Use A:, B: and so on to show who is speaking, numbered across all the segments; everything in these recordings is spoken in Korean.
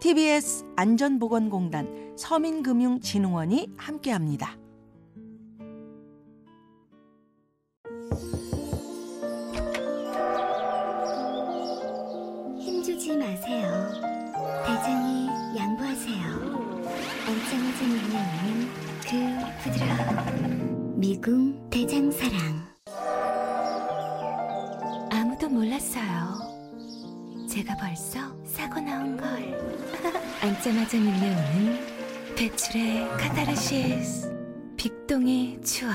A: TBS 안전보건공단 서민금융진흥원이 함께합니다.
B: 힘주지 마세요. 대장이 양보하세요. 언짢아진 눈에는 그 부드러운 미궁 대장사랑. 아무도 몰랐어요. 제가 벌써 사고 나온 걸. 앉자마자 밀려오는 배출의 카타르시스. 빅동의 추억.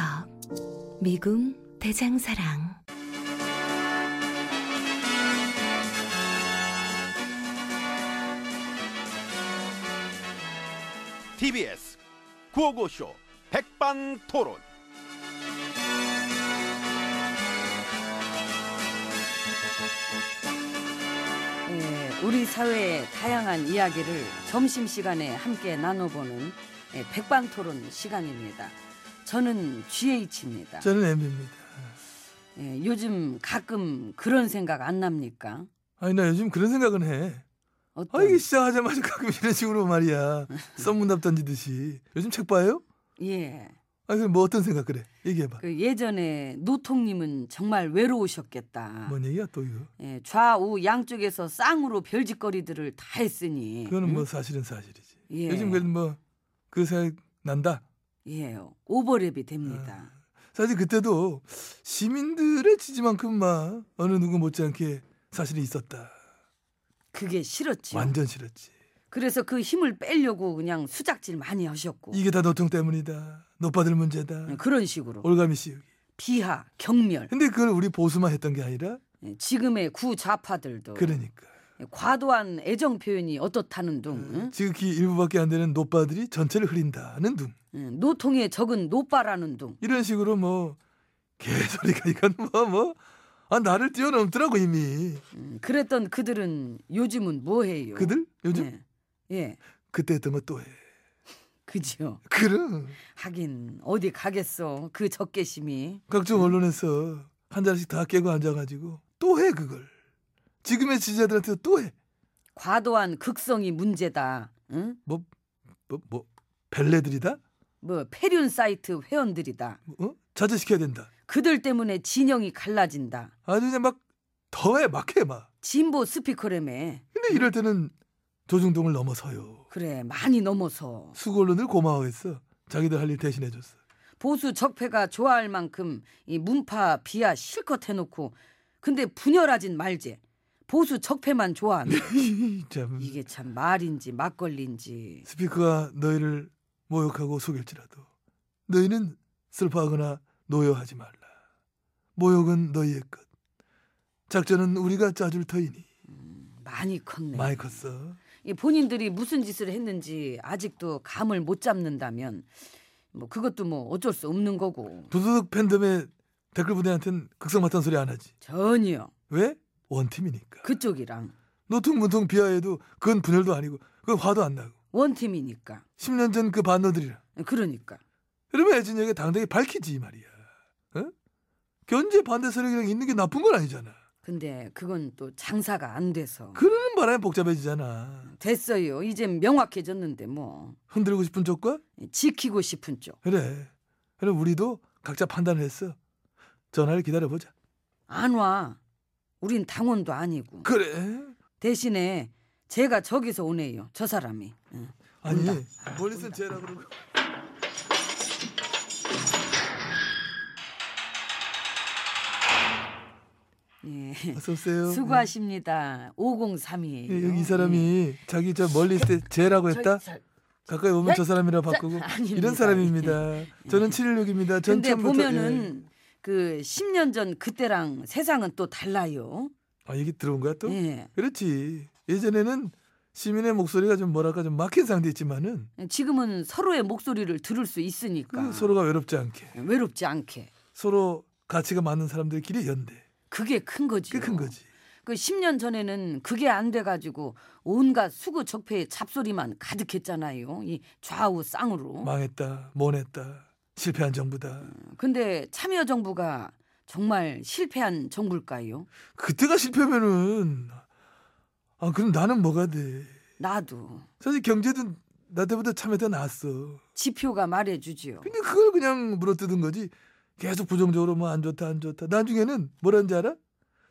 B: 미궁 대장사랑.
C: TBS 구호고쇼 백반토론.
D: 예, 우리 사회의 다양한 이야기를 점심시간에 함께 나눠보는 예, 백반토론 시간입니다. 저는 GH입니다. 예,
E: 저는 엠비입니다.
D: 요즘 가끔 그런 생각 안 납니까?
E: 아니 나 요즘 그런 생각은 해. 아
D: 어떤
E: 이게 시작하자마자 가끔 이런 식으로 말이야. 썸문답 던지듯이. 요즘 책 봐요?
D: 예.
E: 아니 그럼 뭐 어떤 생각 그래? 얘기해봐.
D: 그 예전에 노통님은 정말 외로우셨겠다.
E: 뭔 얘기야 또 이거?
D: 예, 좌우 양쪽에서 쌍으로 별짓거리들을 다 했으니.
E: 그거는
D: 응?
E: 뭐 사실은 사실이지.
D: 예.
E: 요즘 그래도 뭐그 생각 난다.
D: 예, 오버랩이 됩니다.
E: 아. 사실 그때도 시민들의 지지만큼 막 어느 누구 못지않게 사실이 있었다.
D: 그게 싫었죠.
E: 완전 싫었지.
D: 그래서 그 힘을 빼려고 그냥 수작질 많이 하셨고. 예,
E: 이게 다 노통 때문이다. 노빠들 문제다.
D: 음, 그런 식으로
E: 올가미 씌우기.
D: 비하, 경멸,
E: 근데 그걸 우리 보수만 했던 게 아니라
D: 예, 지금의 구좌파들도
E: 그러니까.
D: 예, 과도한 애정 표현이 어떻다는
E: 음.
D: 둥,
E: 지극히 일부밖에 안 되는 노빠들이 전체를 흐린다는 둥
D: 응? 예, 노통의 적은 노빠라는 둥.
E: 이런 식으로 뭐 개소리가 이건 뭐 뭐 아, 나를 뛰어넘더라고 이미
D: 음, 그랬던 그들은 요즘은 뭐해요?
E: 그들 요즘
D: 예, 예,
E: 그때 했던 거 또 해
D: 그죠.
E: 그럼
D: 하긴 어디 가겠어 그 적개심이.
E: 각종 언론에서 한 잔씩 다 깨고 앉아가지고 또 해 그걸 지금의 지지자들한테 또해
D: 과도한 극성이 문제다. 응?
E: 뭐, 뭐 벨레들이다
D: 뭐 폐륜 사이트 회원들이다.
E: 어? 자제시켜야 된다
D: 그들 때문에 진영이 갈라진다.
E: 아주 그냥 막 더해 막해 막
D: 진보 스피커램에
E: 근데 이럴 때는 조중동을 넘어서요
D: 그래 많이 넘어서
E: 수고 언론을 고마워했어 자기들 할 일 대신해줬어
D: 보수 적폐가 좋아할 만큼 이 문파 비하 실컷 해놓고 근데 분열하진 말제 보수 적폐만 좋아하는
E: 참
D: 이게 참 말인지 막걸리인지
E: 스피커가 너희를 모욕하고 속일지라도 너희는 슬퍼하거나 노여하지 말라. 모욕은 너희의 것. 작전은 우리가 짜줄 터이니
D: 많이 컸네.
E: 많이 컸어.
D: 이 본인들이 무슨 짓을 했는지 아직도 감을 못 잡는다면 뭐 그것도 뭐 어쩔 수 없는 거고
E: 부도덕 팬덤의 댓글 부대한테는 극성 맞다는 소리 안 하지.
D: 전혀
E: 왜? 원팀이니까.
D: 그쪽이랑
E: 노통 문통 비하해도 그건 분열도 아니고 그건 화도 안 나고.
D: 원팀이니까
E: 10년 전 그 반노들이랑
D: 그러니까
E: 이러면 애진이에게 당당히 밝히지 이 말이야. 어? 견제 반대 세력이랑 있는 게 나쁜 건 아니잖아.
D: 근데 그건 또 장사가 안 돼서.
E: 그러는 바람에 복잡해지잖아.
D: 됐어요. 이젠 명확해졌는데 뭐.
E: 흔들고 싶은 쪽과
D: 지키고 싶은 쪽.
E: 그래. 그래 우리도 각자 판단을 했어. 전화를 기다려보자.
D: 안 와. 우린 당원도 아니고.
E: 그래.
D: 대신에 제가 저기서 오네요. 저 사람이. 응.
E: 아니
D: 온다.
E: 멀리서 쟤라 그러고.
D: 예.
E: 어서 오세요.
D: 수고하십니다.
E: 예,
D: 5032예요.
E: 여기 이 사람이 자기 저 멀리 있을 때 쟤라고 했다. 가까이 오면 저 사람이라 바꾸고
D: 네? 아닙니다. 예.
E: 이런 사람입니다. 저는 716입니다. 전
D: 근데
E: 처음부터- 예.
D: 보면은 그 10년 전 그때랑 세상은 또 달라요.
E: 아 얘기 들어온 거야 또?
D: 예.
E: 그렇지. 예전에는 시민의 목소리가 좀 뭐랄까 좀 막힌 상태였지만은
D: 지금은 서로의 목소리를 들을 수
E: 그
D: 있으니까 예,
E: 서로가 외롭지 않게
D: 외롭지 않게
E: 서로 가치가 맞는 사람들끼리 연대.
D: 그게 큰 거지.
E: 그게 큰 거지.
D: 그 10년 전에는 그게 안 돼가지고 온갖 수구 적폐의 잡소리만 가득했잖아요. 이 좌우 쌍으로.
E: 망했다, 모냈다, 실패한 정부다.
D: 근데 참여 정부가 정말 실패한 정부일까요?
E: 그때가 실패면은 아 그럼 나는 뭐가 돼?
D: 나도
E: 사실 경제도 나 때보다 참에 더 나았어.
D: 지표가 말해주지요.
E: 근데 그걸 그냥 물어뜯은 거지. 계속 부정적으로 뭐 안 좋다 안 좋다. 나중에는 뭐라는지 알아?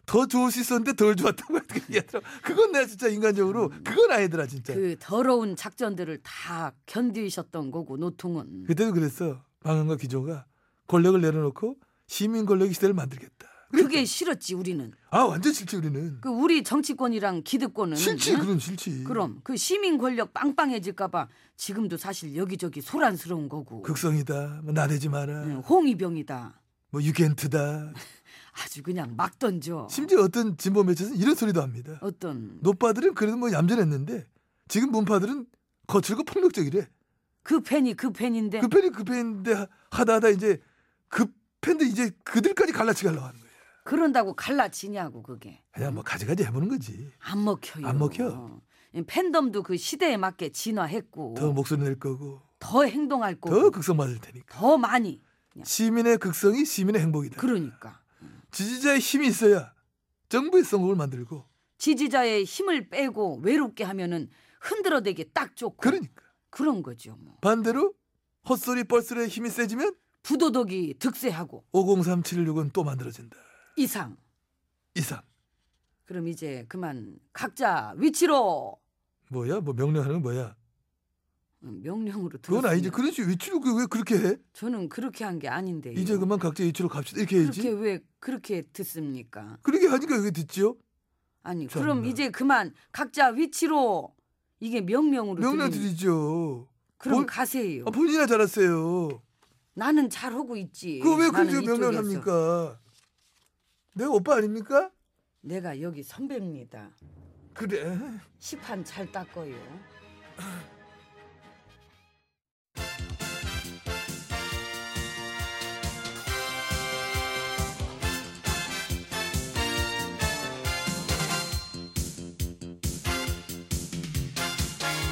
E: 더 좋을 수 있었는데 덜 좋았다고 얘기하더라. 그건 내가 진짜 인간적으로 그건 아니더라 진짜.
D: 그 더러운 작전들을 다 견디셨던 거고 노통은.
E: 그때도 그랬어. 방언과 기조가 권력을 내려놓고 시민 권력의 시대를 만들겠다.
D: 그게 싫었지 우리는.
E: 아 완전 싫지 우리는.
D: 그 우리 정치권이랑 기득권은
E: 싫지
D: 응?
E: 그럼 싫지.
D: 그럼 그 시민 권력 빵빵해질까봐 지금도 사실 여기저기 소란스러운 거고.
E: 극성이다. 뭐 나대지 마라.
D: 응, 홍위병이다.
E: 뭐 유겐트다.
D: 아주 그냥 막 던져.
E: 심지어 어떤 진보 매체에서는 이런 소리도 합니다.
D: 어떤
E: 노빠들은 그래도 뭐 얌전했는데 지금 문파들은 거칠고 폭력적이래.
D: 그 팬이 그 팬인데
E: 그 팬이 그 팬인데 하- 하다 하다 이제 그 팬도 이제 그들까지 갈라치가려고 하는 거예요.
D: 그, 런다고 갈라치냐고 그게
E: 그냥 뭐 가지가지 해보는 거지.
D: 안 먹혀요.
E: 안 먹혀.
D: 팬덤도 그 시대에 맞게 진화했고
E: 더 목소리 낼 거고
D: 더 행동할 거고
E: 더그 극성 맞을 테니까.
D: 더 많이
E: 시민의 극성이 시민의 행복이다.
D: 그러니까
E: 지지자의 힘이 있어야 정부의 성공을 만들고
D: 지지자의 힘을 빼고 외롭게 하면은 흔들어대기 딱 좋고
E: 그러니까
D: 런 거죠 뭐
E: 반대로 헛소리 뻘소리의 힘이 세지면
D: 부도덕이 득세하고
E: 503716은 또 만들어진다.
D: 이상
E: 이상.
D: 그럼 이제 그만 각자 위치로
E: 뭐야? 뭐 명령하는 건 뭐야?
D: 음, 명령으로
E: 그건 아니지.
D: 들었습니다.
E: 그런 식으로 위치로 그- 왜 그렇게 해?
D: 저는 그렇게 한 게 아닌데
E: 이제 그만 각자 위치로 갑시다. 이렇게 해야지.
D: 그렇게
E: 그렇게,
D: 왜 그렇게 듣습니까?
E: 하니까 이게 듣지요?
D: 아니
E: 참나.
D: 그럼 이제 그만 각자 위치로 이게 명령으로
E: 명령
D: 들리니.
E: 드리죠.
D: 그럼
E: 뭘-
D: 가세요.
E: 아, 본인이나 잘했어요.
D: 나는 잘 하고 있지.
E: 그거 왜
D: 예, 나는
E: 그렇게 명령을
D: 이쪽에서.
E: 합니까? 내가 오빠 아닙니까?
D: 내가 여기 선배입니다.
E: 그래.
D: 시판 잘 닦어요.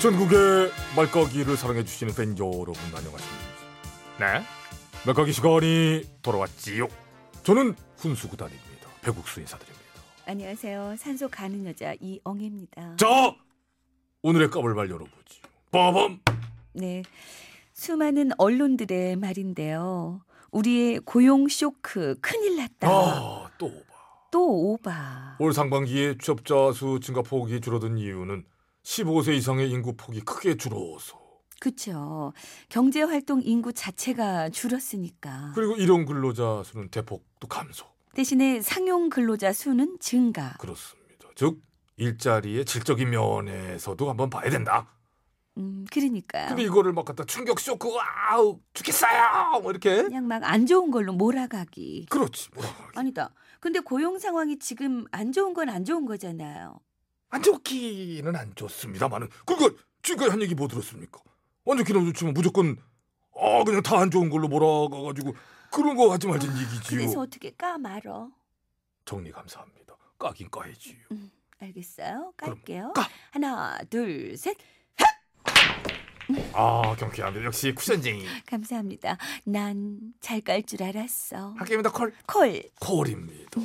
F: 전국의 말까기를 사랑해주시는 팬 여러분 안녕하십니까 네 말까기 시간이 돌아왔지요 저는 훈수구단입니다 배국수 인사드립니다
B: 안녕하세요. 산소 가는 여자 이엉입니다.
F: 자 오늘의 까불발 열어보지요 빠밤
B: 네. 수많은 언론들의 말인데요. 우리의 고용 쇼크 큰일 났다.
F: 아또올
B: 또 오바.
F: 상반기에 취업자 수 증가 폭이 줄어든 이유는 15세 이상의 인구 폭이 크게 줄어서
B: 그렇죠. 경제 활동 인구 자체가 줄었으니까.
F: 그리고 일용 근로자 수는 대폭 또 감소
B: 대신에 상용 근로자 수는 증가.
F: 그렇습니다 즉 일자리의 질적인 면에서도 한번 봐야 된다
B: 음, 그러니까
D: 아.
F: 근데 이거를 막 갖다 충격 쇼크 아우 죽겠어요 뭐 이렇게
B: 그냥 막 안 좋은 걸로 몰아가기.
F: 그렇지 뭐라 아니
B: 아니다. 근데 고용 상황이 지금 안 좋은 건 안 좋은 거잖아요.
F: 안 좋기는 안 좋습니다만은 그러니까 지금까지 한 얘기 뭐 들었습니까 안 좋기는 안 좋지만 무조건 아 그냥 다 안 좋은 걸로 몰아가가지고 그런 거 하지 말자는 얘기지요
B: 그래서 어떻게 까 말어?
F: 정리 감사합니다 까긴 까야지요
B: 알겠어요. 깔게요.
F: 까.
B: 하나, 둘, 셋.
E: 아 경쾌합니다. 역시 쿠션쟁이.
B: 감사합니다. 난 잘 깔 줄 알았어.
E: 학교입니다. 콜.
B: 콜. 음.
E: 콜입니다.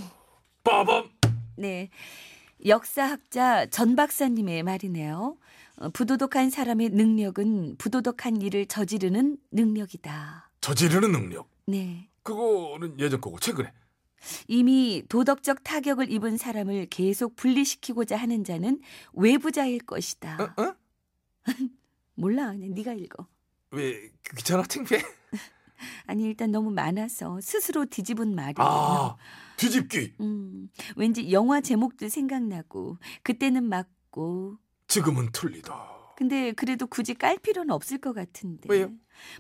E: 빠밤.
B: 네. 역사학자 전 박사님의 말이네요. 어, 부도덕한 사람의 능력은 부도덕한 일을 저지르는 능력이다.
E: 저지르는 능력.
B: 네.
E: 그거는 예전 거고 최근에.
B: 이미 도덕적 타격을 입은 사람을 계속 분리시키고자 하는 자는 외부자일 것이다.
E: 어,
B: 몰라. 그냥 네가 읽어.
E: 왜그 귀찮아 창피해?
B: 아니 일단 너무 많아서 스스로 뒤집은 말이에요.
E: 아 뒤집기.
B: 음, 왠지 영화 제목도 생각나고 그때는 맞고
E: 지금은 틀리다.
B: 근데 그래도 굳이 깔 필요는 없을 것 같은데.
E: 왜요?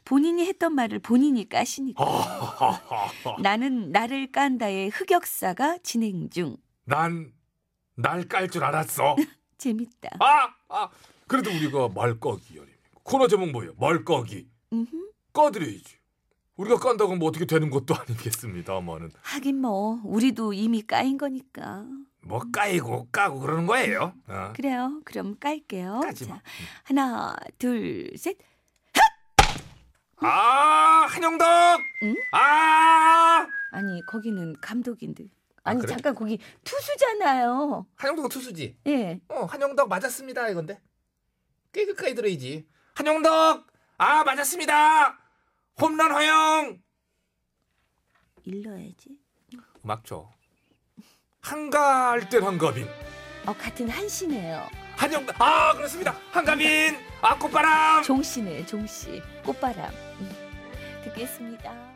B: 본인이 했던 말을 본인이 까시니까.
E: 하하하하.
B: 나는 나를 깐다의 흑역사가 진행 중.
E: 난 날 깔 줄 알았어.
B: 재밌다.
E: 아, 아. 그래도 우리가 말까기 아닙니까? 코너 제목 뭐예요? 말까기.
B: 음흠.
E: 까드려야지. 우리가 깐다고 뭐 어떻게 되는 것도 아니겠습니다만은
B: 하긴 뭐 우리도 이미 까인 거니까.
E: 뭐 까이고 까고 그러는 거예요. 어.
B: 그래요. 그럼 깔게요.
E: 까지 뭐. 마.
B: 자, 하나, 둘, 셋.
E: 아 한영덕. 아
B: 아니 거기는 감독인데. 아니
E: 그래?
B: 잠깐 거기 투수잖아요.
E: 한영덕은 투수지.
B: 예.
E: 어 한영덕 맞았습니다 이건데 꽤 끝까지 들어야지. 한영덕 아 맞았습니다. 홈런 허영.
B: 일러야지.
E: 음악 줘. 한가할 땐 한가빈.
B: 어 같은 한씨네요.
E: 한영덕 아 그렇습니다. 한가빈 아 꽃바람.
B: 종씨네 종씨 꽃바람 음, 듣겠습니다.